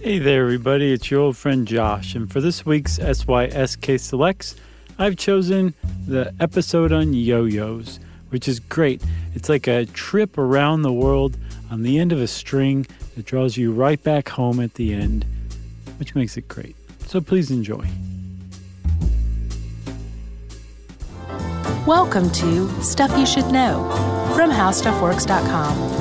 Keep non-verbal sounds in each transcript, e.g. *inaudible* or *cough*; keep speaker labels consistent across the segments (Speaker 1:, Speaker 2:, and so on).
Speaker 1: Hey there, everybody. It's your old friend Josh, and for this week's SYSK Selects, I've chosen the episode on yo yo's, which is great. It's like a trip around the world on the end of a string that draws you right back home at the end, which makes it great. So please enjoy.
Speaker 2: Welcome to Stuff You Should Know from HowStuffWorks.com.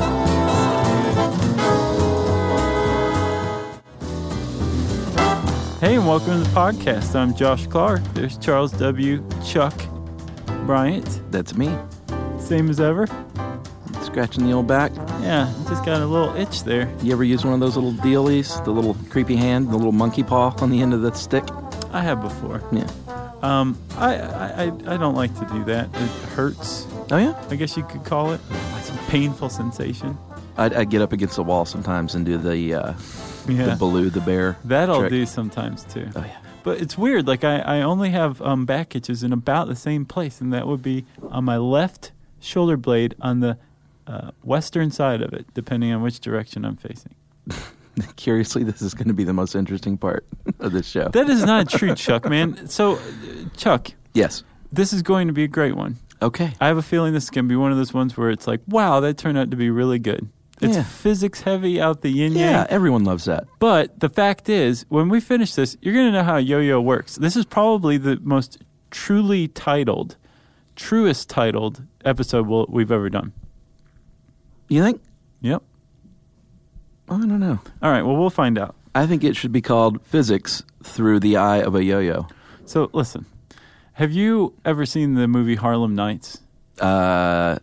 Speaker 1: Hey, and welcome to the podcast. I'm Josh Clark. There's Charles W. Chuck Bryant.
Speaker 3: That's me.
Speaker 1: Same as ever.
Speaker 3: Scratching the old back.
Speaker 1: Yeah, just got a little itch there.
Speaker 3: You ever use one of those little dealies? The little creepy hand, the little monkey paw on the end of the stick?
Speaker 1: I have before.
Speaker 3: Yeah.
Speaker 1: Um, I, I, I I don't like to do that. It hurts.
Speaker 3: Oh, yeah?
Speaker 1: I guess you could call it. It's a painful sensation.
Speaker 3: I'd, I'd get up against the wall sometimes and do the, uh,
Speaker 1: Yeah.
Speaker 3: the Baloo the bear.
Speaker 1: that I'll
Speaker 3: trick.
Speaker 1: do sometimes too.
Speaker 3: Oh, yeah. *laughs*
Speaker 1: But it's weird. Like I, I only have um, back itches in about the same place, and that would be on my left shoulder blade on the uh, western side of it, depending on which direction I'm facing.
Speaker 3: Curiously, this is going to be the most interesting part *laughs* of this show.
Speaker 1: That is not true, Chuck. Man. So, uh, Chuck,
Speaker 3: yes.
Speaker 1: this is going to be a great one.
Speaker 3: Okay.
Speaker 1: I have a feeling this is going to be one of those ones where it's like, wow, that turned out to be really good. It's
Speaker 3: Yeah.
Speaker 1: physics heavy out the yin yang.
Speaker 3: yeah, everyone loves that.
Speaker 1: But the fact is, when we finish this, you're going to know how yo yo works. This is probably the most truly titled, truest titled episode we'll, we've ever done.
Speaker 3: You think?
Speaker 1: Yep.
Speaker 3: I don't know.
Speaker 1: All right. Well, we'll find out.
Speaker 3: I think it should be called Physics Through the Eye of a Yo Yo.
Speaker 1: So, listen, have you ever seen the movie Harlem Nights?
Speaker 3: Uh,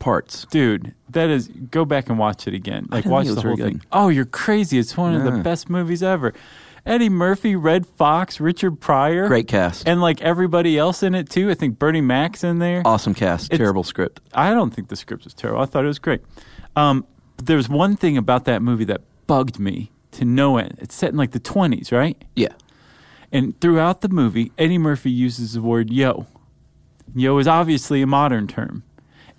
Speaker 3: parts.
Speaker 1: Dude, that is go back and watch it again. Like
Speaker 3: didn't
Speaker 1: watch
Speaker 3: think it
Speaker 1: the
Speaker 3: was
Speaker 1: whole
Speaker 3: very
Speaker 1: thing.
Speaker 3: good.
Speaker 1: Oh, you're crazy. It's one of the
Speaker 3: Yeah.
Speaker 1: best movies ever. Eddie Murphy, Red Fox, Richard Pryor.
Speaker 3: Great cast.
Speaker 1: And like everybody else in it too. I think Bernie Mac's in there.
Speaker 3: awesome cast.
Speaker 1: It's-
Speaker 3: Terrible script.
Speaker 1: I don't think the script was terrible. I thought it was great. Um, but there's one thing about that movie that bugged me to no end. It's set in like the 20s, right?
Speaker 3: Yeah.
Speaker 1: And throughout the movie, Eddie Murphy uses the word yo. Yo is obviously a modern term.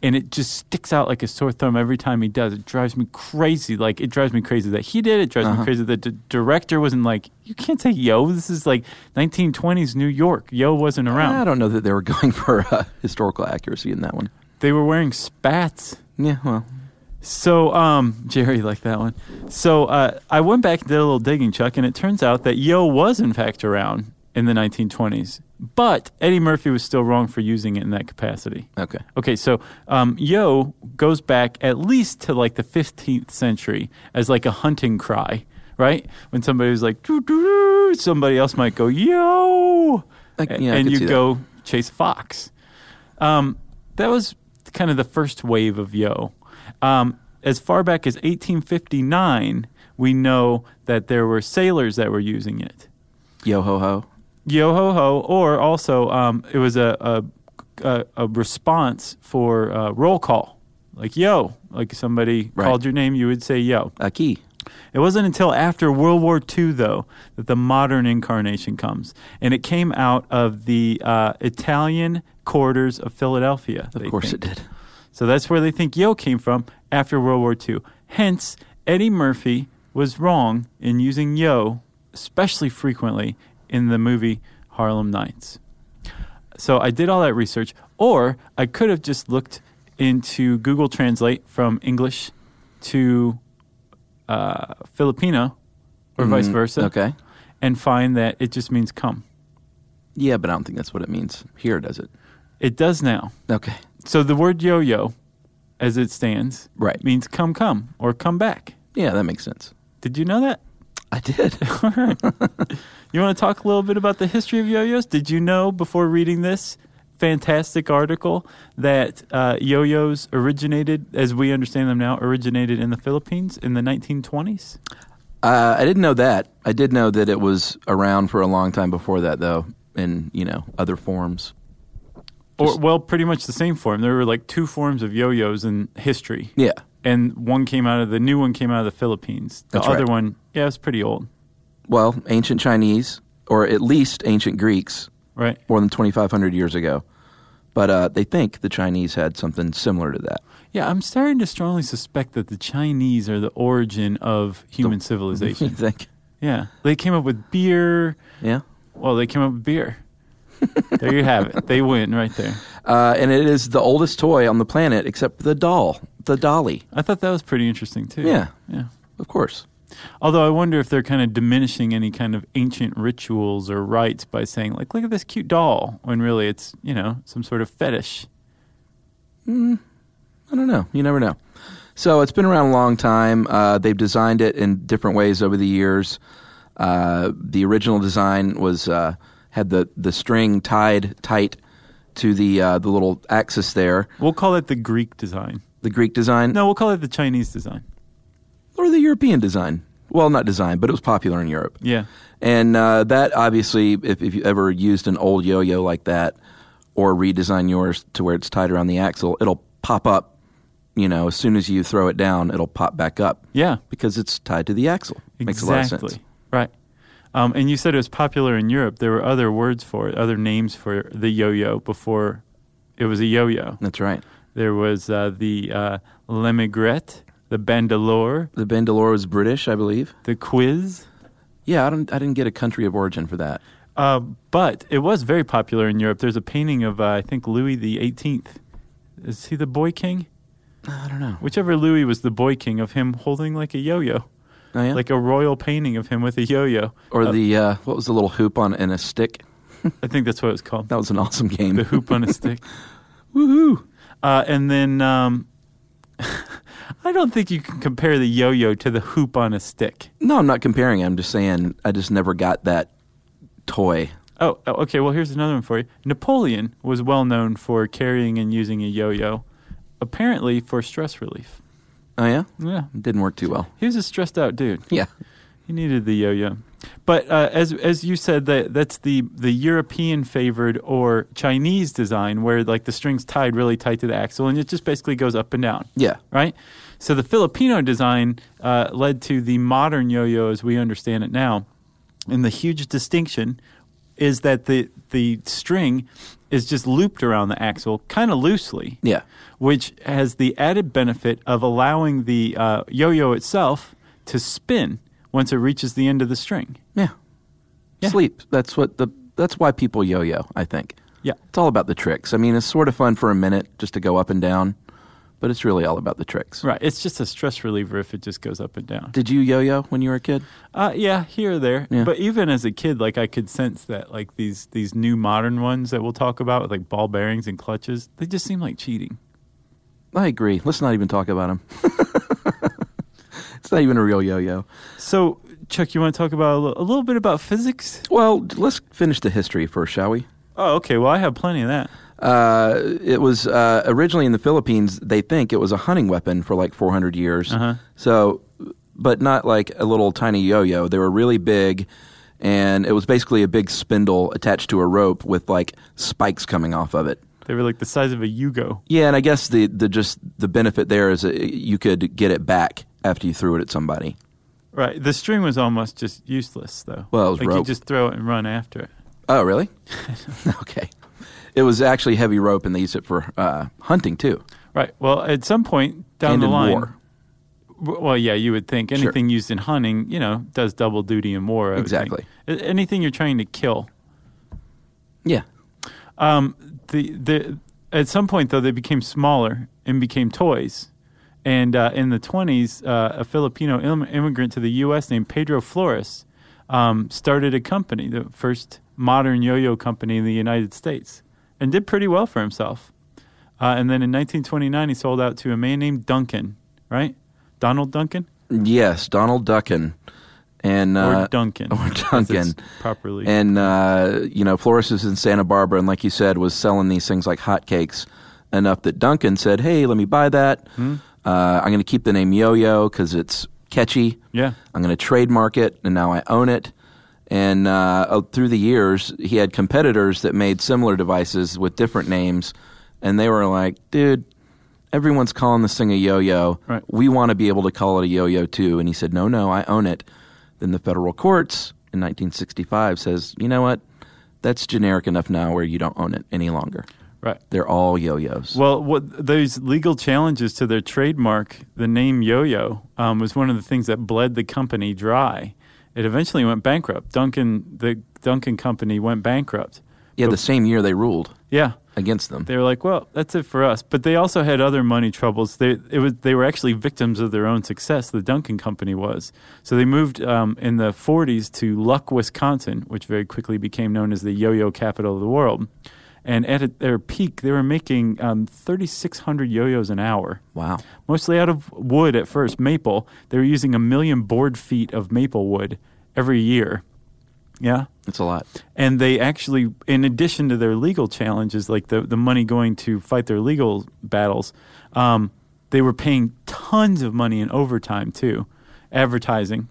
Speaker 1: And it just sticks out like a sore thumb every time he does. It drives me crazy. Like, it drives me crazy that he did it. It drives
Speaker 3: Uh-huh.
Speaker 1: me crazy that the d- director wasn't like, you can't say yo. This is like 1920s New York. Yo wasn't
Speaker 3: I
Speaker 1: around.
Speaker 3: don't know that they were *laughs* going for uh, historical accuracy in that one.
Speaker 1: They were wearing spats.
Speaker 3: Yeah, well,
Speaker 1: So, um, Jerry liked that one. So, uh, I went back and did a little digging, Chuck, and it turns out that yo was in fact around in the 1920s, but Eddie Murphy was still wrong for using it in that capacity.
Speaker 3: okay.
Speaker 1: Okay, so um, yo goes back at least to like the 15th century as like a hunting cry, right? When somebody was like, doo, doo, doo, somebody else might go, yo,
Speaker 3: I-
Speaker 1: A-
Speaker 3: yeah, I
Speaker 1: and
Speaker 3: could
Speaker 1: you
Speaker 3: see that.
Speaker 1: go chase a fox. Um, that was kind of the first wave of yo. Um, as far back as 1859, we know that there were sailors that were using it.
Speaker 3: Yo ho ho.
Speaker 1: Yo ho ho, or also um, it was a a, a, a response for uh, roll call, like yo, like somebody
Speaker 3: Right.
Speaker 1: called your name, you would say yo.
Speaker 3: Aki.
Speaker 1: It wasn't until after World War II though that the modern incarnation comes, and it came out of the uh, Italian quarters of Philadelphia.
Speaker 3: Of
Speaker 1: they
Speaker 3: course
Speaker 1: think.
Speaker 3: it did.
Speaker 1: So that's where they think yo came from after World War II. Hence, Eddie Murphy was wrong in using yo, especially frequently in the movie Harlem Nights. So I did all that research, or I could have just looked into Google Translate from English to uh, Filipino or vice
Speaker 3: Mm,
Speaker 1: versa
Speaker 3: Okay.
Speaker 1: and find that it just means come.
Speaker 3: Yeah, but I don't think that's what it means. Here does it.
Speaker 1: It does now.
Speaker 3: Okay.
Speaker 1: So the word yo yo, as it stands,
Speaker 3: Right.
Speaker 1: means come come or come back.
Speaker 3: Yeah, that makes sense.
Speaker 1: Did you know that?
Speaker 3: I did.
Speaker 1: All right. you want to talk a little bit about the history of yo-yos? Did you know before reading this fantastic article that uh, yo-yos originated, as we understand them now, originated in the Philippines in the 1920s?
Speaker 3: *laughs* uh, I didn't know that. I did know that it was around for a long time before that, though, in you know other forms.
Speaker 1: Or well, pretty much the same form. There were like two forms of yo-yos in history.
Speaker 3: Yeah.
Speaker 1: And one came out of the new one came out of the Philippines. The
Speaker 3: That's
Speaker 1: other
Speaker 3: right.
Speaker 1: one, yeah, it's pretty old,
Speaker 3: Well, ancient Chinese, or at least ancient Greeks,
Speaker 1: right?
Speaker 3: more than 2,500 years ago. But uh, they think the Chinese had something similar to that.
Speaker 1: Yeah, I'm starting to strongly suspect that the Chinese are the origin of human
Speaker 3: You *laughs*
Speaker 1: civilization.
Speaker 3: think?
Speaker 1: Yeah. They came up with beer.
Speaker 3: Yeah.
Speaker 1: Well, they came up with beer. there you have it. They win right there.
Speaker 3: Uh, and it is the oldest toy on the planet except the doll, the dolly,
Speaker 1: I thought that was pretty interesting too.
Speaker 3: Yeah.
Speaker 1: Yeah.
Speaker 3: of course.
Speaker 1: Although I wonder if they're kind of diminishing any kind of ancient rituals or rites by saying like, "Look at this cute doll," when really it's you know some sort of fetish.
Speaker 3: I don't know. You never know. So it's been around a long time. Uh, they've designed it in different ways over the years. Uh, the original design was uh, had the, the string tied tight to the uh, the little axis there.
Speaker 1: We'll call it the Greek design.
Speaker 3: The Greek design,
Speaker 1: No, we'll call it the Chinese design.
Speaker 3: or the European design. Well, not design, but it was popular in Europe.
Speaker 1: Yeah.
Speaker 3: And uh, that obviously, if, if you ever used an old yo yo like that or redesign yours to where it's tied around the axle, it'll pop up. You know, as soon as you throw it down, it'll pop back up
Speaker 1: Yeah.
Speaker 3: because it's tied to the axle. Makes a lot of sense.
Speaker 1: Right. Um, and you said it was popular in Europe. There were other words for it, other names for the yo-yo before it was a yo-yo.
Speaker 3: That's right.
Speaker 1: There was uh, the uh, l'emigrette, the bandolore,
Speaker 3: The Bangalore was British, I believe.
Speaker 1: the quiz.
Speaker 3: Yeah, I don't. I didn't get a country of origin for that.
Speaker 1: Uh, but it was very popular in Europe. There's a painting of, uh, I think, Louis the 18th. Is he the boy king?
Speaker 3: Uh, I don't know.
Speaker 1: Whichever Louis was the boy king of him holding like a yo-yo,
Speaker 3: Oh, yeah?
Speaker 1: like a royal painting of him with a yo-yo.
Speaker 3: or the uh, what was the little hoop on and a stick?
Speaker 1: I think that's what it's called.
Speaker 3: That was an *laughs* awesome game.
Speaker 1: the hoop on a stick.
Speaker 3: Woohoo!
Speaker 1: Uh, and then um, *laughs* I don't think you can compare the yo-yo to the hoop on a stick.
Speaker 3: No, I'm not comparing. I'm just saying I just never got that toy.
Speaker 1: Oh, oh, okay. Well, here's another one for you. Napoleon was well known for carrying and using a yo-yo, apparently for stress relief.
Speaker 3: Oh yeah,
Speaker 1: Yeah,
Speaker 3: didn't work too well.
Speaker 1: he was a stressed out dude.
Speaker 3: Yeah.
Speaker 1: He needed the yo-yo. But uh, as as you said, that that's the the European favored or Chinese design, where like the strings tied really tight to the axle, and it just basically goes up and down.
Speaker 3: Yeah.
Speaker 1: right? So the Filipino design uh, led to the modern yo-yo as we understand it now, and the huge distinction is that the the string is just looped around the axle, kind of loosely,
Speaker 3: Yeah.
Speaker 1: which has the added benefit of allowing the uh, yo-yo itself to spin once it reaches the end of the string.
Speaker 3: Yeah.
Speaker 1: Yeah.
Speaker 3: Sleep. That's what the that's why people yo-yo, I think.
Speaker 1: Yeah.
Speaker 3: It's all about the tricks. I mean, it's sort of fun for a minute just to go up and down, but it's really all about the tricks.
Speaker 1: Right, it's just a stress reliever if it just goes up and down.
Speaker 3: Did you yo-yo when you were a kid?
Speaker 1: Uh, yeah, here or there.
Speaker 3: Yeah.
Speaker 1: But even as a kid, like I could sense that like these these new modern ones that we'll talk about, with, like ball bearings and clutches, they just seem like cheating.
Speaker 3: I agree. Let's not even talk about them. *laughs* it's not even a real yo-yo.
Speaker 1: So, Chuck, you want to talk about a li- a little bit about physics?
Speaker 3: Well, let's finish the history first, shall we?
Speaker 1: Oh, okay. Well, I have plenty of that.
Speaker 3: Uh, it was uh, originally in the Philippines. They think it was a hunting weapon for like 400 years.
Speaker 1: Uh-huh.
Speaker 3: So, but not like a little tiny yo-yo. They were really big, and it was basically a big spindle attached to a rope with like spikes coming off of it.
Speaker 1: They were like the size of a Yugo.
Speaker 3: Yeah, and I guess the, the just the benefit there is that you could get it back after you threw it at somebody.
Speaker 1: Right. The string was almost just useless, though.
Speaker 3: Well, it was
Speaker 1: like you
Speaker 3: rope.
Speaker 1: just throw it and run after it.
Speaker 3: Oh, really?
Speaker 1: *laughs*
Speaker 3: *laughs* okay. It was actually heavy rope, and they used it for uh, hunting too.
Speaker 1: Right. Well, at some point down
Speaker 3: and
Speaker 1: the
Speaker 3: in
Speaker 1: line.
Speaker 3: war.
Speaker 1: W- Well, yeah, you would think anything used in hunting, you know, does double duty in war. I would think.
Speaker 3: Exactly.
Speaker 1: A- Anything you're trying to kill.
Speaker 3: Yeah.
Speaker 1: Um, the the at some point though they became smaller and became toys, and uh, in the twenties, uh, a Filipino Im- immigrant to the U.S. named Pedro Flores um, started a company, the first modern yo-yo company in the United States, and did pretty well for himself. Uh, and then in 1929, he sold out to a man named Duncan, right? Donald Duncan
Speaker 3: Yes, Donald Duncan, and
Speaker 1: or
Speaker 3: uh,
Speaker 1: Duncan,
Speaker 3: or
Speaker 1: as it's
Speaker 3: Duncan.
Speaker 1: properly.
Speaker 3: and uh, you know Flores is in Santa Barbara, and like you said, was selling these things like hotcakes enough that Duncan said, "Hey, let me buy that.
Speaker 1: Hmm.
Speaker 3: Uh, I'm going to keep the name Yo-Yo because it's catchy.
Speaker 1: yeah,
Speaker 3: I'm going to trademark it, and now I own it." And uh, oh, through the years, he had competitors that made similar devices with different names, and they were like, "Dude." Everyone's calling this thing a yo-yo.
Speaker 1: Right.
Speaker 3: We want to be able to call it a yo-yo too. And he said, "No, no, I own it." Then the federal courts in 1965 says, "You know what? That's generic enough now where you don't own it any longer.
Speaker 1: right.
Speaker 3: They're all yo-yos."
Speaker 1: Well, what those legal challenges to their trademark, the name Yo-Yo, um, was one of the things that bled the company dry, It eventually went bankrupt. Duncan, the Duncan company, went bankrupt.
Speaker 3: Yeah, the same year they ruled
Speaker 1: Yeah,
Speaker 3: against them.
Speaker 1: they were like, "Well, that's it for us." But they also had other money troubles. They it was they were actually victims of their own success. The Duncan Company was, so they moved um, in the '40s to Luck, Wisconsin, which very quickly became known as the yo-yo capital of the world. And at it- their peak, they were making um, 3,600 yo-yos an hour,
Speaker 3: Wow.
Speaker 1: mostly out of wood at first, maple. They were using a million board feet of maple wood every year. Yeah,
Speaker 3: That's a lot.
Speaker 1: and they actually, in addition to their legal challenges, like the, the money going to fight their legal battles, um, they were paying tons of money in overtime too, advertising.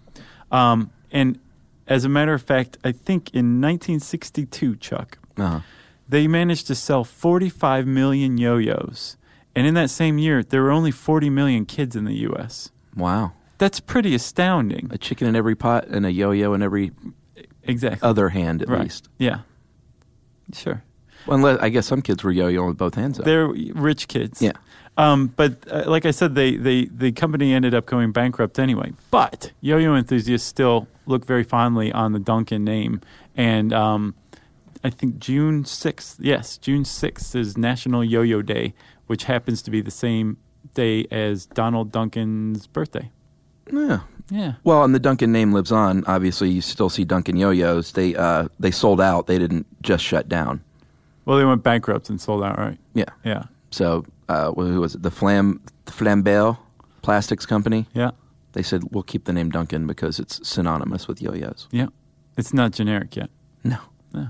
Speaker 1: Um, and as a matter of fact, I think in 1962, Chuck,
Speaker 3: Uh-huh.
Speaker 1: they managed to sell 45 million yo yo's. And in that same year, there were only 40 million kids in the U.S.
Speaker 3: Wow.
Speaker 1: That's pretty astounding.
Speaker 3: A chicken in every pot and a yo-yo in every
Speaker 1: Exactly.
Speaker 3: other hand at
Speaker 1: right.
Speaker 3: least.
Speaker 1: Yeah. Sure.
Speaker 3: Unless I guess some kids were yo-yoing with both hands up.
Speaker 1: They're rich kids.
Speaker 3: Yeah.
Speaker 1: Um, but uh, like I said, they, they the company ended up going bankrupt anyway. But yo-yo enthusiasts still look very fondly on the Duncan name, and um, I think June sixth. Yes, June sixth is National Yo-Yo Day, which happens to be the same day as Donald Duncan's birthday.
Speaker 3: yeah.
Speaker 1: Yeah.
Speaker 3: Well, and the Duncan name lives on. Obviously, you still see Duncan yo-yos. They uh, they sold out. They didn't just shut down.
Speaker 1: Well, they went bankrupt and sold out, right?
Speaker 3: Yeah.
Speaker 1: Yeah.
Speaker 3: So uh, wh- who was it? The Flam Flambell Plastics Company.
Speaker 1: Yeah.
Speaker 3: They said we'll keep the name Duncan because it's synonymous with yo-yos.
Speaker 1: Yeah. It's not generic yet.
Speaker 3: No.
Speaker 1: No.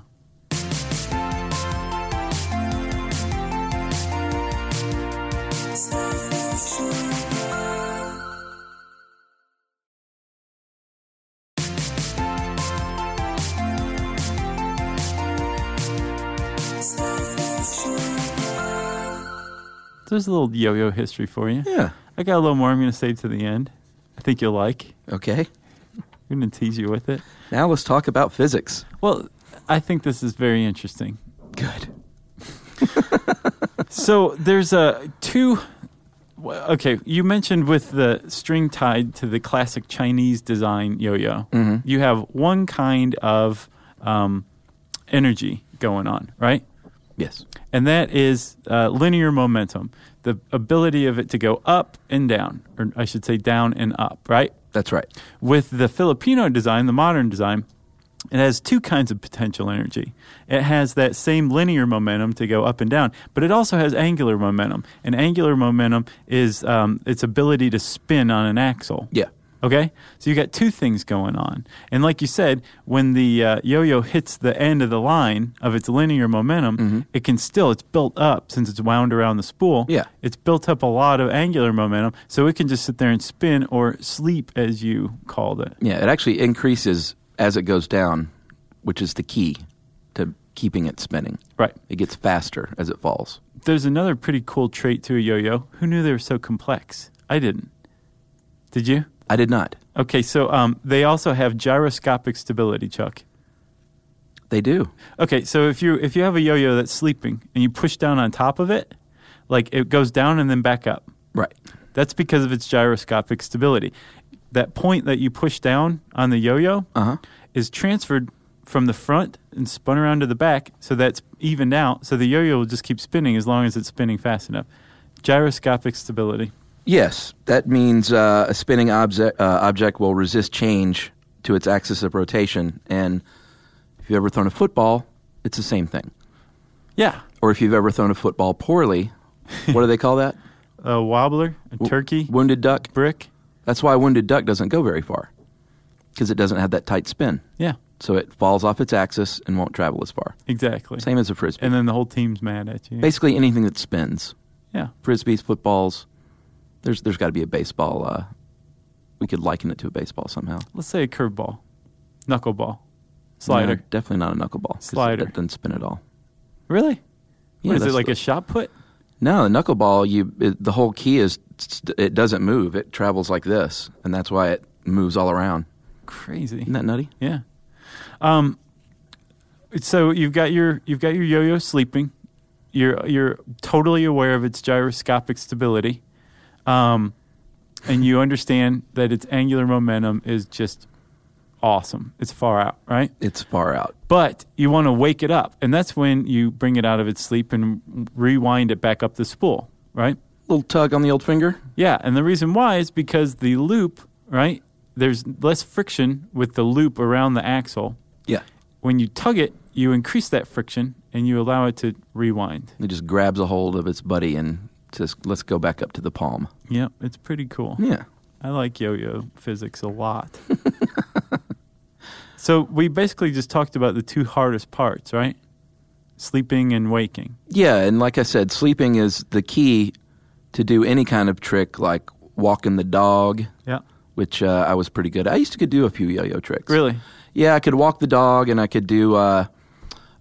Speaker 1: There's a little yo-yo history for you.
Speaker 3: Yeah.
Speaker 1: I got a little more I'm going to save to the end. I think you'll like.
Speaker 3: Okay.
Speaker 1: I'm going to tease you with it.
Speaker 3: Now let's talk about physics.
Speaker 1: Well, I think this is very interesting.
Speaker 3: Good.
Speaker 1: So there's uh, two. w- Okay, you mentioned with the string tied to the classic Chinese design yo-yo, you have one kind of um, energy going on, right?
Speaker 3: Yes.
Speaker 1: and that is uh, linear momentum, the ability of it to go up and down, or I should say down and up, right?
Speaker 3: That's right.
Speaker 1: With the Filipino design, the modern design, it has two kinds of potential energy. It has that same linear momentum to go up and down, but it also has angular momentum. And angular momentum is um, its ability to spin on an axle.
Speaker 3: Yeah.
Speaker 1: Okay, so you got two things going on, and like you said, when the uh, yo-yo hits the end of the line of its linear momentum, it can still it's built up since it's wound around the spool.
Speaker 3: Yeah.
Speaker 1: it's built up a lot of angular momentum, so it can just sit there and spin or sleep, as you called it.
Speaker 3: Yeah. It actually increases as it goes down, which is the key to keeping it spinning.
Speaker 1: Right.
Speaker 3: It gets faster as it falls.
Speaker 1: There's another pretty cool trait to a yo-yo. Who knew they were so complex? I didn't. Did you?
Speaker 3: I did not.
Speaker 1: Okay, so um, they also have gyroscopic stability, Chuck.
Speaker 3: They do.
Speaker 1: Okay, so if you if you have a yo-yo that's sleeping and you push down on top of it, like it goes down and then back up.
Speaker 3: Right.
Speaker 1: That's because of its gyroscopic stability. That point that you push down on the yo-yo
Speaker 3: Uh-huh.
Speaker 1: is transferred from the front and spun around to the back, so that's evened out. So the yo-yo will just keep spinning as long as it's spinning fast enough. Gyroscopic stability.
Speaker 3: Yes. That means uh, a spinning object uh, object will resist change to its axis of rotation. And if you've ever thrown a football, it's the same thing.
Speaker 1: Yeah,
Speaker 3: Or if you've ever thrown a
Speaker 1: *laughs*
Speaker 3: football poorly, what do they call that?
Speaker 1: a wobbler, a
Speaker 3: W-
Speaker 1: turkey,
Speaker 3: Wounded duck.
Speaker 1: brick.
Speaker 3: That's why wounded duck doesn't go very far because it doesn't have that tight spin.
Speaker 1: Yeah,
Speaker 3: So it falls off its axis and won't travel as far.
Speaker 1: exactly.
Speaker 3: Same as a frisbee.
Speaker 1: And then the whole team's mad at you.
Speaker 3: Basically, anything that spins
Speaker 1: Yeah.
Speaker 3: frisbees, footballs. There's there's got to be a baseball. Uh, we could liken it to a baseball somehow.
Speaker 1: let's say a curveball, knuckleball, slider.
Speaker 3: No, definitely not a knuckleball. 'cause
Speaker 1: Slider.
Speaker 3: It, it doesn't spin at all.
Speaker 1: Really?
Speaker 3: Yeah,
Speaker 1: what is it
Speaker 3: that's
Speaker 1: like
Speaker 3: the-
Speaker 1: a shot put?
Speaker 3: No, the knuckleball. You it, the whole key is st- it doesn't move. It travels like this, and that's why it moves all around.
Speaker 1: Crazy.
Speaker 3: Isn't that nutty?
Speaker 1: Yeah. Um. So you've got your you've got your yo-yo sleeping. You're you're totally aware of its gyroscopic stability, *laughs* um, and you understand that its angular momentum is just awesome. It's far out, right?
Speaker 3: It's far out.
Speaker 1: But you want to wake it up. And that's when you bring it out of its sleep and rewind it back up the spool, right?
Speaker 3: Little tug on the old finger.
Speaker 1: Yeah, and the reason why is because the loop, right? There's less friction with the loop around the axle.
Speaker 3: Yeah.
Speaker 1: When you tug it, you increase that friction and you allow it to rewind.
Speaker 3: It just grabs a hold of its buddy and says, "Let's go back up to the palm."
Speaker 1: Yeah, it's pretty cool.
Speaker 3: Yeah.
Speaker 1: I like yo yo physics a *laughs* lot. so we basically just talked about the two hardest parts, right? Sleeping and waking.
Speaker 3: Yeah, and like I said, sleeping is the key to do any kind of trick like walking the dog,
Speaker 1: Yeah.
Speaker 3: which uh, I was pretty good. at. I used to could do a few yo-yo tricks.
Speaker 1: Really?
Speaker 3: Yeah, I could walk the dog, and I could do uh,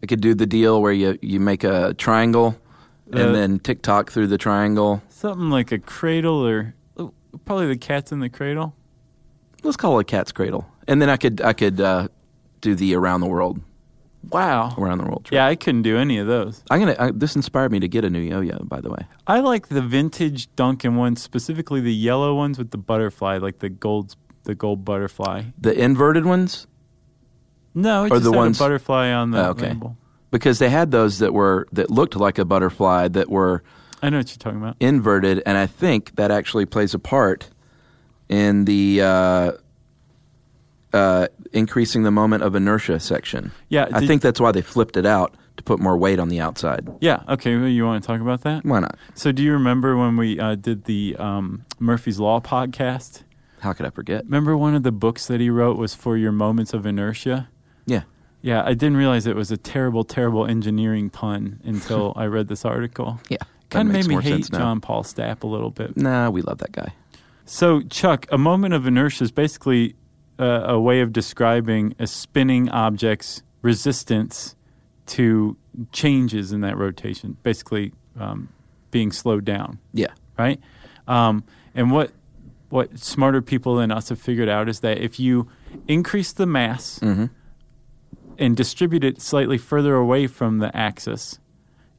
Speaker 3: I could do the deal where you you make a triangle
Speaker 1: Uh,
Speaker 3: and then tick tock through the triangle.
Speaker 1: Something like a cradle or oh, probably the cats in the cradle.
Speaker 3: Let's call it a cat's cradle, and then I could I could uh, do the around the world
Speaker 1: Wow.
Speaker 3: around the world trick.
Speaker 1: Yeah, I couldn't do any of those.
Speaker 3: I'm gonna. I, this inspired me to get a new yo-yo. By the way,
Speaker 1: I like the vintage Duncan ones, specifically the yellow ones with the butterfly, like the gold the gold butterfly.
Speaker 3: the inverted ones
Speaker 1: No, it
Speaker 3: Or
Speaker 1: just
Speaker 3: the
Speaker 1: had
Speaker 3: ones-
Speaker 1: a butterfly on the
Speaker 3: Oh, okay.
Speaker 1: label.
Speaker 3: because they had those that were that looked like a butterfly that were
Speaker 1: I know what you're talking about.
Speaker 3: inverted, and I think that actually plays a part in the uh, uh, increasing the moment of inertia section.
Speaker 1: Yeah,
Speaker 3: I
Speaker 1: did-
Speaker 3: think that's why they flipped it out to put more weight on the outside.
Speaker 1: Yeah. Okay. Well, you want to talk about that?
Speaker 3: Why not?
Speaker 1: So, do you remember when we uh, did the um, Murphy's Law podcast?
Speaker 3: How could I forget?
Speaker 1: Remember one of the books that he wrote was for your moments of inertia?
Speaker 3: Yeah,
Speaker 1: Yeah, I didn't realize it was a terrible, terrible engineering pun *laughs* until I read this article.
Speaker 3: yeah. That
Speaker 1: Kind of
Speaker 3: makes
Speaker 1: made me
Speaker 3: more
Speaker 1: hate um,
Speaker 3: sense now.
Speaker 1: John Paul Stapp a little bit.
Speaker 3: Nah, we love that guy.
Speaker 1: So, Chuck, a moment of inertia is basically uh, a way of describing a spinning object's resistance to changes in that rotation, basically um, being slowed down,
Speaker 3: Yeah,
Speaker 1: right? Um, and what what smarter people than us have figured out is that if you increase the mass and distribute it slightly further away from the axis,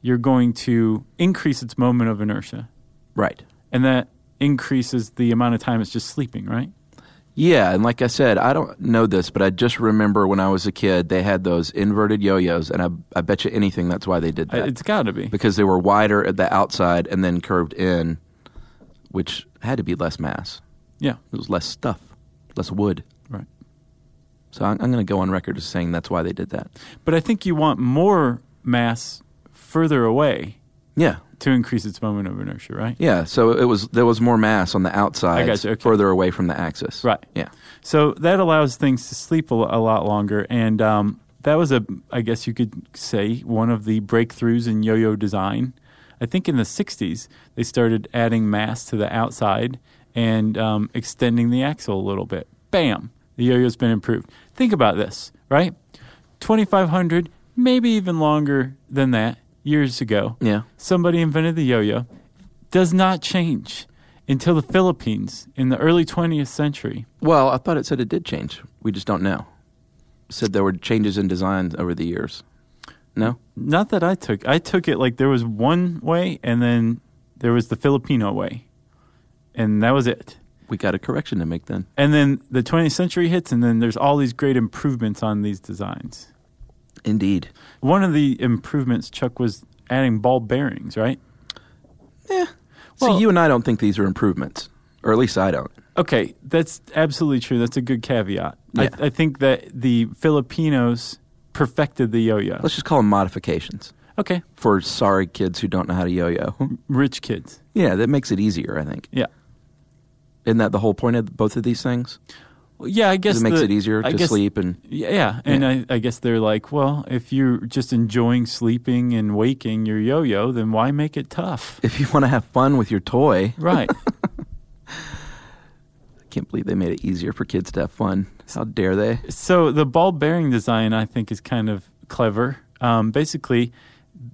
Speaker 1: you're going to increase its moment of inertia
Speaker 3: right.
Speaker 1: and that increases the amount of time it's just sleeping, right?
Speaker 3: Yeah, and like I said, I don't know this, but I just remember when I was a kid, they had those inverted yo-yos, and I, I bet you anything that's why they did
Speaker 1: I-
Speaker 3: that.
Speaker 1: It's got to be.
Speaker 3: because they were wider at the outside and then curved in, which had to be less mass.
Speaker 1: Yeah,
Speaker 3: It was less stuff, less wood.
Speaker 1: right.
Speaker 3: So I'm, I'm going to go on record as saying that's why they did that.
Speaker 1: But I think you want more mass further away
Speaker 3: Yeah,
Speaker 1: to increase its moment of inertia, right?
Speaker 3: yeah. So it was there was more mass on the outside,
Speaker 1: I got you, okay.
Speaker 3: further away from the axis.
Speaker 1: Right.
Speaker 3: Yeah.
Speaker 1: So that allows things to sleep a, a lot longer, and um, that was a, I guess you could say, one of the breakthroughs in yo-yo design. I think in the '60s they started adding mass to the outside and um, extending the axle a little bit. Bam, the yo-yo's been improved. Think about this, right? 2,500, maybe even longer than that, years ago
Speaker 3: Yeah.
Speaker 1: somebody invented the yo-yo does not change until the Philippines in the early 20th century.
Speaker 3: Well, I thought it said it did change. We just don't know. It said there were changes in design over the years. No.
Speaker 1: Not that I took. I took it like there was one way and then there was the Filipino way. And that was it.
Speaker 3: We got a correction to make then.
Speaker 1: And then the 20th century hits and then there's all these great improvements on these designs.
Speaker 3: Indeed.
Speaker 1: One of the improvements Chuck was adding ball bearings, right? Well-
Speaker 3: so you and I don't think these are improvements, or at least I don't.
Speaker 1: Okay, that's absolutely true. That's a good caveat.
Speaker 3: Yeah.
Speaker 1: I, I think that the Filipinos perfected the yo-yo.
Speaker 3: Let's just call them modifications.
Speaker 1: Okay,
Speaker 3: for sorry kids who don't know how to yo-yo.
Speaker 1: rich kids.
Speaker 3: yeah, that makes it easier, I think.
Speaker 1: Yeah.
Speaker 3: Isn't that the whole point of both of these things?
Speaker 1: Well, yeah, I guess
Speaker 3: It makes
Speaker 1: the-
Speaker 3: it easier
Speaker 1: I
Speaker 3: to
Speaker 1: guess-
Speaker 3: sleep and
Speaker 1: Yeah, yeah. and
Speaker 3: Yeah.
Speaker 1: I, I guess they're like, well, if you're just enjoying sleeping and waking your yo-yo, then why make it tough?
Speaker 3: if you want to have fun with your toy.
Speaker 1: Right.
Speaker 3: I can't believe they made it easier for kids to have fun. How dare they?
Speaker 1: so the ball bearing design, I think, is kind of clever. Um, basically,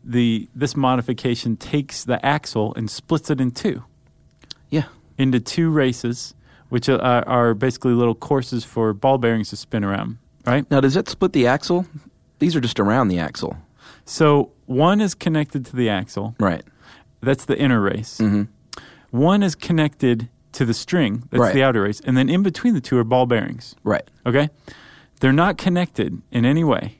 Speaker 1: the this modification takes the axle and splits it in two.
Speaker 3: Yeah.
Speaker 1: into two races, which are, are basically little courses for ball bearings to spin around, right?
Speaker 3: Now, does that split the axle? These are just around the axle.
Speaker 1: So one is connected to the axle.
Speaker 3: Right.
Speaker 1: That's the inner race. One is connected to the string. That's
Speaker 3: Right.
Speaker 1: the outer race. And then in between the two are ball bearings.
Speaker 3: Right.
Speaker 1: Okay? They're not connected in any way,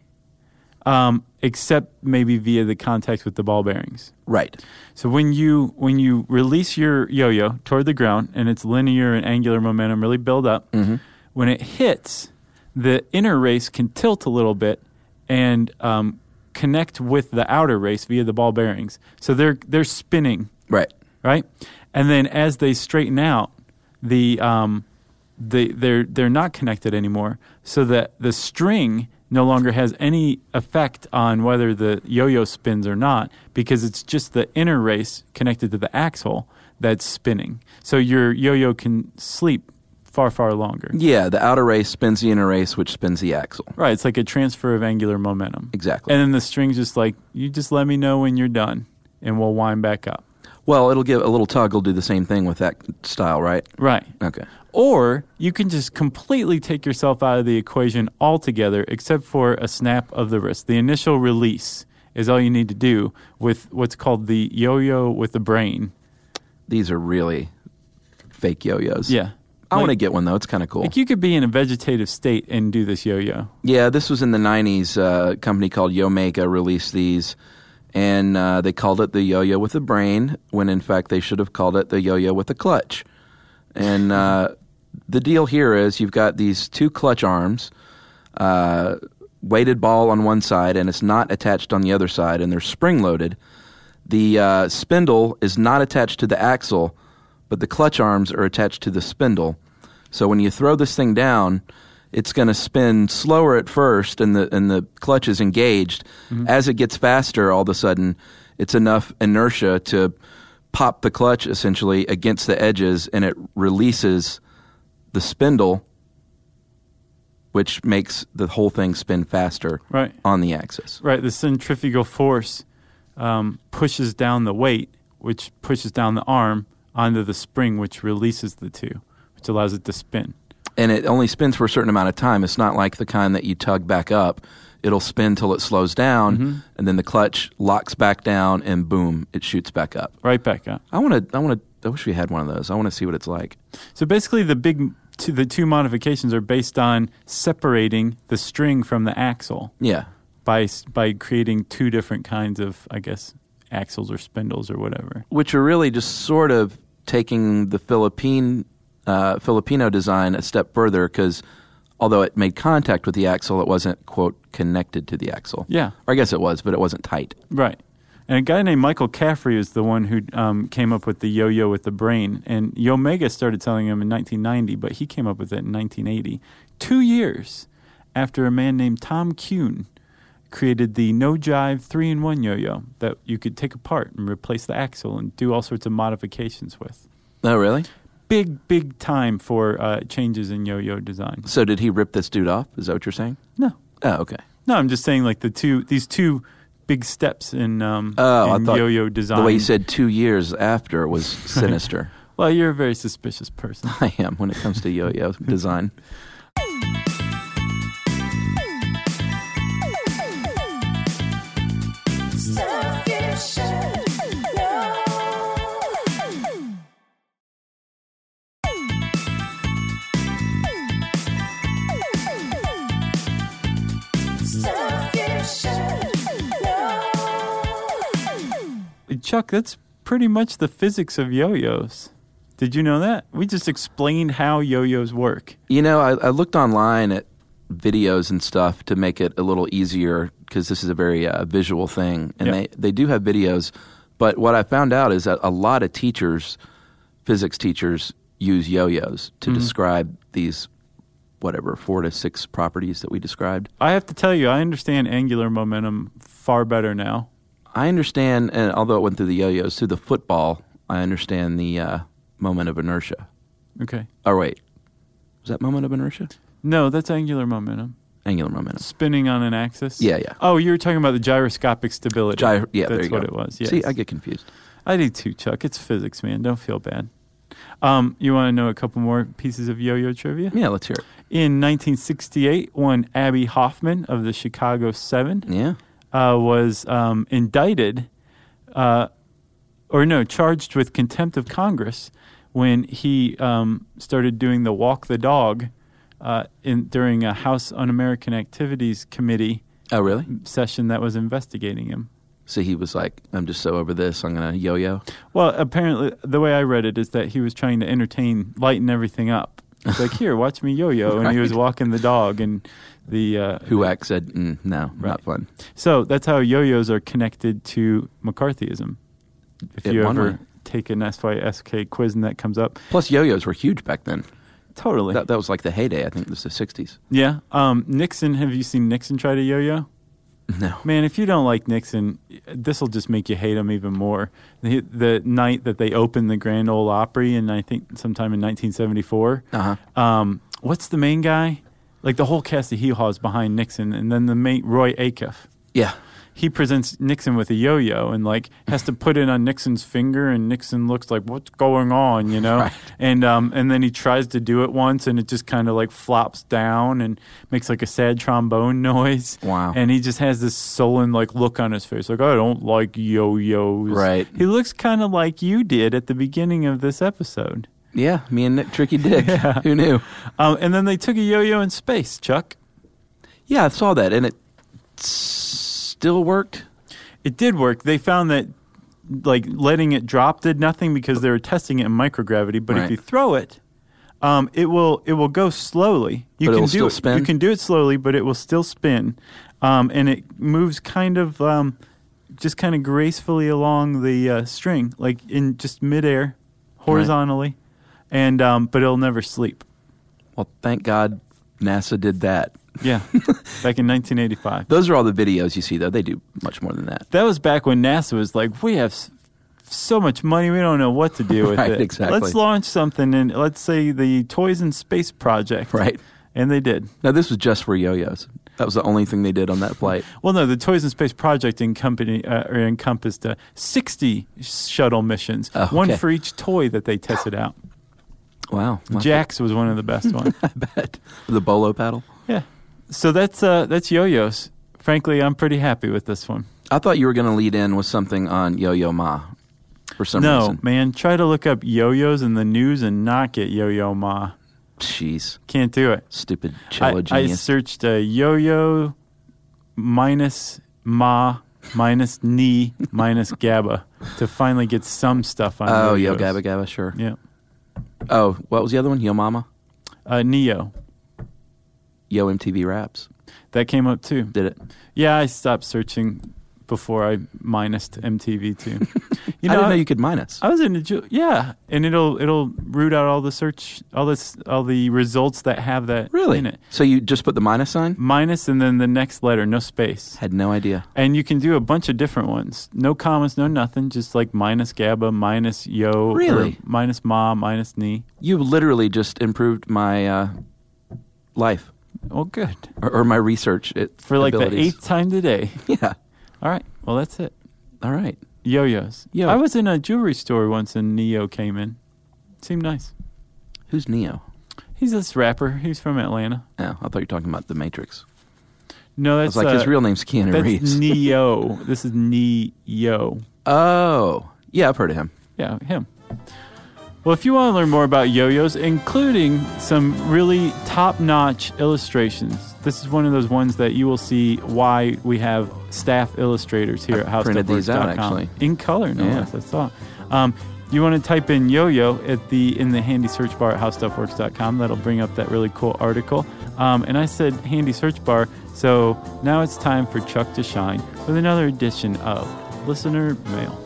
Speaker 1: um, except maybe via the contact with the ball bearings.
Speaker 3: Right.
Speaker 1: So when you when you release your yo-yo toward the ground and its linear and angular momentum really build up, when it hits, the inner race can tilt a little bit and um, connect with the outer race via the ball bearings. So they're they're spinning
Speaker 3: Right.
Speaker 1: right? And then as they straighten out, the um, the they're they're not connected anymore, so that the string no longer has any effect on whether the yo-yo spins or not, because it's just the inner race connected to the axle that's spinning. So your yo-yo can sleep far far longer.
Speaker 3: Yeah, the outer race spins the inner race, which spins the axle.
Speaker 1: Right, it's like a transfer of angular momentum.
Speaker 3: Exactly.
Speaker 1: And then the string's just like, you just let me know when you're done and we'll wind back up.
Speaker 3: Well, it'll give a little tug. Will do the same thing with that style, right?
Speaker 1: Right.
Speaker 3: Okay.
Speaker 1: Or you can just completely take yourself out of the equation altogether, except for a snap of the wrist. The initial release is all you need to do with what's called the yo yo with the brain.
Speaker 3: These are really fake yo-yos.
Speaker 1: Yeah.
Speaker 3: I
Speaker 1: Like-
Speaker 3: want to get one though. It's kind of cool.
Speaker 1: Like you could be in a vegetative state and do this yo yo.
Speaker 3: Yeah, this was in the 90s. Uh, a company called Yomega released these, and uh, they called it the yo yo with the brain, when in fact they should have called it the yo yo with the clutch. And uh, the deal here is you've got these two clutch arms, uh, weighted ball on one side, and it's not attached on the other side, and they're spring loaded. The uh, spindle is not attached to the axle, but the clutch arms are attached to the spindle. So when you throw this thing down, it's going to spin slower at first, and the and the clutch is engaged. As it gets faster, all of a sudden, it's enough inertia to pop the clutch essentially against the edges, and it releases the spindle, which makes the whole thing spin faster
Speaker 1: Right.
Speaker 3: on the axis.
Speaker 1: Right. The centrifugal force um, pushes down the weight, which pushes down the arm onto the spring, which releases the two, which allows it to spin.
Speaker 3: and it only spins for a certain amount of time. It's not like the kind that you tug back up. It'll spin till it slows down, and then the clutch locks back down, and boom, it shoots back up.
Speaker 1: Right back up.
Speaker 3: I want to. I want to. I wish we had one of those. I want to see what it's like.
Speaker 1: So basically, the big two, the two modifications are based on separating the string from the axle
Speaker 3: Yeah,
Speaker 1: by s- by creating two different kinds of, I guess, axles or spindles or whatever.
Speaker 3: which are really just sort of taking the Philippine uh, Filipino design a step further because although it made contact with the axle, it wasn't quote connected to the axle.
Speaker 1: Yeah,
Speaker 3: Or I guess it was, but it wasn't tight.
Speaker 1: right. And a guy named Michael Caffrey is the one who um, came up with the yo-yo with the brain. And Yomega started selling them in 1990, but he came up with it in 1980, two years after a man named Tom Kuhn created the no jive three in one yo-yo that you could take apart and replace the axle and do all sorts of modifications with.
Speaker 3: Oh, really?
Speaker 1: Big, big time for uh, changes in yo-yo design.
Speaker 3: So did he rip this dude off? Is that what you're saying?
Speaker 1: No,
Speaker 3: Oh, okay.
Speaker 1: no, I'm just saying like the two, these two big steps in, um,
Speaker 3: Oh, I
Speaker 1: in
Speaker 3: thought
Speaker 1: yo-yo design.
Speaker 3: The way you said two years after
Speaker 1: *laughs*
Speaker 3: was sinister.
Speaker 1: Well, you're a very suspicious person.
Speaker 3: I am when it comes
Speaker 1: *laughs*
Speaker 3: to yo-yo design.
Speaker 4: Stuff you should know. Stuff you should know.
Speaker 1: Chuck, that's pretty much the physics of yo-yos. Did you know that? We just explained how yo-yos work.
Speaker 3: You know, I, I looked online at videos and stuff to make it a little easier because this is a very uh, visual thing, and
Speaker 1: Yeah.
Speaker 3: they they do have videos. But what I found out is that a lot of teachers, physics teachers, use yo-yos to
Speaker 1: Mm-hmm.
Speaker 3: describe these whatever four to six properties that we described.
Speaker 1: I have to tell you, I understand angular momentum far better now.
Speaker 3: I understand, and although it went through the yo-yos, through the football, I understand the uh, moment of inertia.
Speaker 1: Okay.
Speaker 3: Oh wait, was that moment of inertia?
Speaker 1: No, that's angular momentum.
Speaker 3: Angular momentum.
Speaker 1: Spinning on an axis.
Speaker 3: Yeah, yeah.
Speaker 1: Oh, you were talking about the gyroscopic stability.
Speaker 3: Gyro- yeah,
Speaker 1: that's
Speaker 3: there you
Speaker 1: what
Speaker 3: go.
Speaker 1: it was. Yes.
Speaker 3: See, I get confused.
Speaker 1: I do too, Chuck. It's physics, man. Don't feel bad. Um, you want to know a couple more pieces of yo-yo trivia?
Speaker 3: Yeah, let's hear it.
Speaker 1: In 1968, one Abby Hoffman of the Chicago Seven
Speaker 3: Yeah,
Speaker 1: uh, was um, indicted, uh, or no, charged with contempt of Congress when he um, started doing the walk the dog uh, in during a House Un-American Activities Committee
Speaker 3: Oh, really?
Speaker 1: session that was investigating him.
Speaker 3: So he was like, I'm just so over this. I'm going to yo yo.
Speaker 1: Well, apparently, the way I read it is that he was trying to entertain, lighten everything up. It's like, here, watch me yo-yo, and he was
Speaker 3: Right.
Speaker 1: walking the dog, and the uh,
Speaker 3: Huack said, mm, no, not
Speaker 1: Right.
Speaker 3: fun.
Speaker 1: so that's how yo-yos are connected to McCarthyism. If
Speaker 3: It
Speaker 1: you
Speaker 3: one
Speaker 1: ever
Speaker 3: way.
Speaker 1: take an SYSK quiz and that comes up,
Speaker 3: Plus, yo yos were huge back then.
Speaker 1: totally,
Speaker 3: That, that was like the heyday. I think it was
Speaker 1: *laughs*
Speaker 3: the 60s.
Speaker 1: yeah. Um, Nixon, have you seen Nixon try to yo-yo?
Speaker 3: No.
Speaker 1: Man, if you don't like Nixon, this will just make you hate him even more. The, the night that they opened the Grand Ole Opry, and I think sometime in 1974,
Speaker 3: Uh-huh.
Speaker 1: um, what's the main guy? Like the whole cast of Hee Haws behind Nixon, and then the main Roy Acuff.
Speaker 3: Yeah.
Speaker 1: He presents Nixon with a yo-yo and like has to put it on Nixon's finger, and Nixon looks like, "What's going on?" You know,
Speaker 3: Right.
Speaker 1: and um, and then he tries to do it once, and it just kind of like flops down and makes like a sad trombone *laughs* noise.
Speaker 3: Wow.
Speaker 1: And he just has this sullen like look on his face, like, "I don't like yo-yos."
Speaker 3: Right.
Speaker 1: He looks kind of like you did at the beginning of this episode.
Speaker 3: Yeah. Me and Nick
Speaker 1: *laughs*
Speaker 3: Tricky Dick. Who knew?
Speaker 1: Um, and then they took a yo-yo in space, Chuck.
Speaker 3: Yeah, I saw that. And it s- still worked.
Speaker 1: It did work. They found that like letting it drop did nothing because they were testing it in microgravity. But
Speaker 3: Right.
Speaker 1: if you throw it, um, it will it will go slowly. You
Speaker 3: But
Speaker 1: can
Speaker 3: it'll
Speaker 1: do
Speaker 3: still
Speaker 1: it.
Speaker 3: spin?
Speaker 1: You can do it slowly, but it will still spin, um, and it moves kind of um, just kind of gracefully along the uh, string, like in just midair, horizontally, and um, but it'll never sleep.
Speaker 3: Well, thank God NASA did that. *laughs*
Speaker 1: Yeah, back in 1985.
Speaker 3: Those are all the videos you see, though. They do much more than that.
Speaker 1: That was back when NASA was like, we have s- so much money, we don't know what to do with
Speaker 3: *laughs* Right,
Speaker 1: it.
Speaker 3: exactly.
Speaker 1: Let's launch something and let's say the Toys in Space project.
Speaker 3: Right.
Speaker 1: And they did.
Speaker 3: Now, this was just for yo yos. That was the only thing they did on that flight.
Speaker 1: Well, no, the Toys in Space project encompany, uh, or encompassed uh, 60 shuttle missions,
Speaker 3: Oh,
Speaker 1: one
Speaker 3: okay.
Speaker 1: for each toy that they tested
Speaker 3: *laughs*
Speaker 1: out.
Speaker 3: Wow. Well,
Speaker 1: Jax was one of the best
Speaker 3: *laughs*
Speaker 1: ones. *laughs*
Speaker 3: I bet. The bolo paddle.
Speaker 1: yeah. So that's uh, that's yo-yos. Frankly, I'm pretty happy with this one.
Speaker 3: I thought you were going to lead in with something on Yo Yo Ma for some
Speaker 1: no,
Speaker 3: reason.
Speaker 1: man, try to look up yo-yos in the news and not get yo-yo ma.
Speaker 3: Jeez.
Speaker 1: Can't do it.
Speaker 3: Stupid cello
Speaker 1: I, I
Speaker 3: genius.
Speaker 1: searched uh, yo-yo minus ma minus knee minus GABA to finally get some stuff on.
Speaker 3: oh, Yo
Speaker 1: yo-yos.
Speaker 3: Gabba Gabba, sure.
Speaker 1: Yeah,
Speaker 3: Oh, what was the other one? Yo Mama?
Speaker 1: uh, Neo.
Speaker 3: Yo MTV Raps.
Speaker 1: That came up too.
Speaker 3: Did it?
Speaker 1: Yeah, I stopped searching before I minused MTV
Speaker 3: *laughs*
Speaker 1: too. You know,
Speaker 3: I didn't
Speaker 1: I,
Speaker 3: know you could minus.
Speaker 1: I was in a ju- yeah, and it'll it'll root out all the search, all this, all the results that have that
Speaker 3: really?
Speaker 1: in it.
Speaker 3: So you just put the minus sign?
Speaker 1: Minus and then the next letter, no space.
Speaker 3: Had no idea.
Speaker 1: And you can do a bunch of different ones. No commas, no nothing. Just like minus GABA, minus yo, or
Speaker 3: Really?
Speaker 1: minus ma, minus knee.
Speaker 3: You literally just improved my uh, life
Speaker 1: Well, good
Speaker 3: or, or my research. It,
Speaker 1: for like
Speaker 3: abilities.
Speaker 1: the eighth time today.
Speaker 3: *laughs* Yeah.
Speaker 1: All right. Well, that's it.
Speaker 3: All right.
Speaker 1: Yo-yos.
Speaker 3: Yo.
Speaker 1: I was in a jewelry store once, and Neo came in. Seemed nice.
Speaker 3: Who's Neo?
Speaker 1: He's this rapper. He's from Atlanta.
Speaker 3: Oh, I thought you were talking about The Matrix.
Speaker 1: No,
Speaker 3: I
Speaker 1: that's
Speaker 3: was like,
Speaker 1: uh,
Speaker 3: his real name's Keanu
Speaker 1: That's
Speaker 3: Reeves. *laughs*
Speaker 1: Neo. this is Neo.
Speaker 3: oh, yeah, I've heard of him.
Speaker 1: Yeah, him. Well, if you want to learn more about yo-yos, including some really top-notch illustrations, this is one of those ones that you will see why we have staff illustrators here
Speaker 3: I
Speaker 1: at HowStuffWorks.com.
Speaker 3: printed these out, actually.
Speaker 1: in color, no
Speaker 3: Yeah.
Speaker 1: less. I saw. Um, you want to type in yo-yo at the in the handy search bar at HowStuffWorks.com. That'll bring up that really cool article. Um, and I said handy search bar, so now it's time for Chuck to shine with another edition of Listener Mail.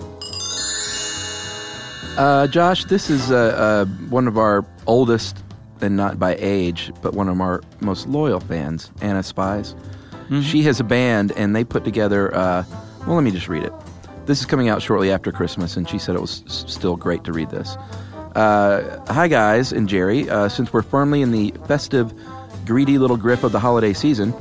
Speaker 3: Uh, Josh, this is uh, uh, one of our oldest, and not by age, but one of our most loyal fans, Anna Spies.
Speaker 1: Mm-hmm.
Speaker 3: She has a band, and they put together. Uh, well, let me just read it. This is coming out shortly after Christmas, and she said it was s- still great to read this. Uh, hi, guys, and Jerry. Uh, since we're firmly in the festive, greedy little grip of the holiday season,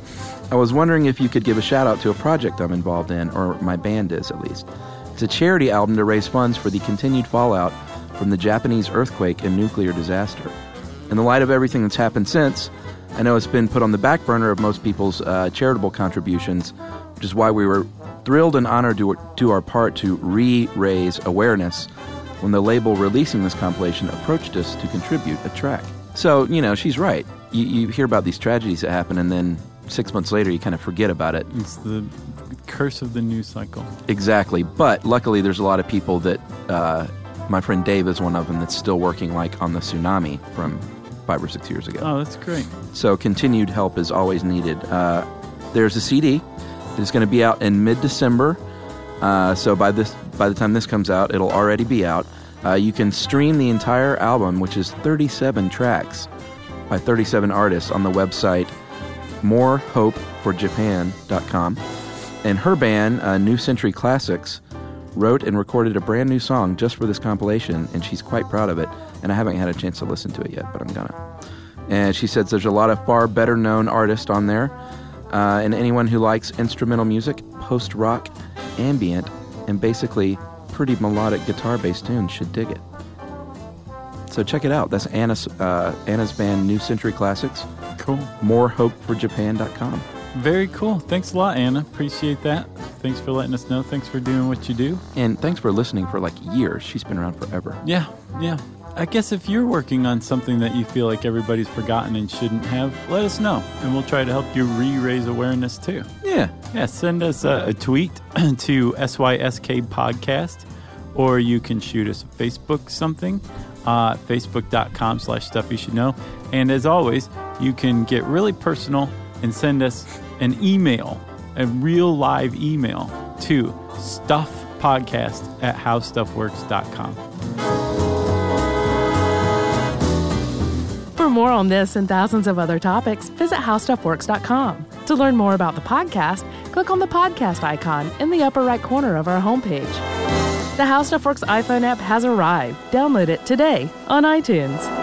Speaker 3: I was wondering if you could give a shout out to a project I'm involved in, or my band is at least. It's a charity album to raise funds for the continued fallout from the Japanese earthquake and nuclear disaster. In the light of everything that's happened since, I know it's been put on the back burner of most people's uh, charitable contributions, which is why we were thrilled and honored to do our part to re raise awareness when the label releasing this compilation approached us to contribute a track. So, you know, she's right. You, you hear about these tragedies that happen, and then six months later, you kind of forget about it.
Speaker 1: It's the curse of the news cycle.
Speaker 3: Exactly. But luckily, there's a lot of people that uh, my friend Dave is one of them that's still working, like on the tsunami from five or six years ago.
Speaker 1: Oh, that's great.
Speaker 3: So continued help is always needed. Uh, there's a CD that's going to be out in mid-December. Uh, so by this, by the time this comes out, it'll already be out. Uh, you can stream the entire album, which is 37 tracks by 37 artists, on the website morehopeforjapan.com. And her band, uh, New Century Classics, wrote and recorded a brand new song just for this compilation, and she's quite proud of it. And I haven't had a chance to listen to it yet, but I'm gonna. And she says there's a lot of far better known artists on there, uh, and anyone who likes instrumental music, post rock, ambient, and basically pretty melodic guitar based tunes should dig it. So check it out. That's Anna's, uh, Anna's band, New Century Classics,
Speaker 1: Cool.
Speaker 3: morehopeforjapan.com.
Speaker 1: Very cool. Thanks a lot, Anna. Appreciate that. Thanks for letting us know. Thanks for doing what you do.
Speaker 3: And thanks for listening for like years. She's been around forever.
Speaker 1: Yeah, yeah. I guess if you're working on something that you feel like everybody's forgotten and shouldn't have, let us know, and we'll try to help you re-raise awareness too.
Speaker 3: Yeah.
Speaker 1: Yeah, send us a, a tweet *clears throat* to SYSK Podcast, or you can shoot us a Facebook something, uh, facebook.com slash stuff you should know. And as always, you can get really personal and send us an email, a real live email to stuffpodcast at howstuffworks.com.
Speaker 2: For more on this and thousands of other topics, visit howstuffworks.com. To learn more about the podcast, click on the podcast icon in the upper right corner of our homepage. The How Stuff Works iPhone app has arrived. Download it today on iTunes.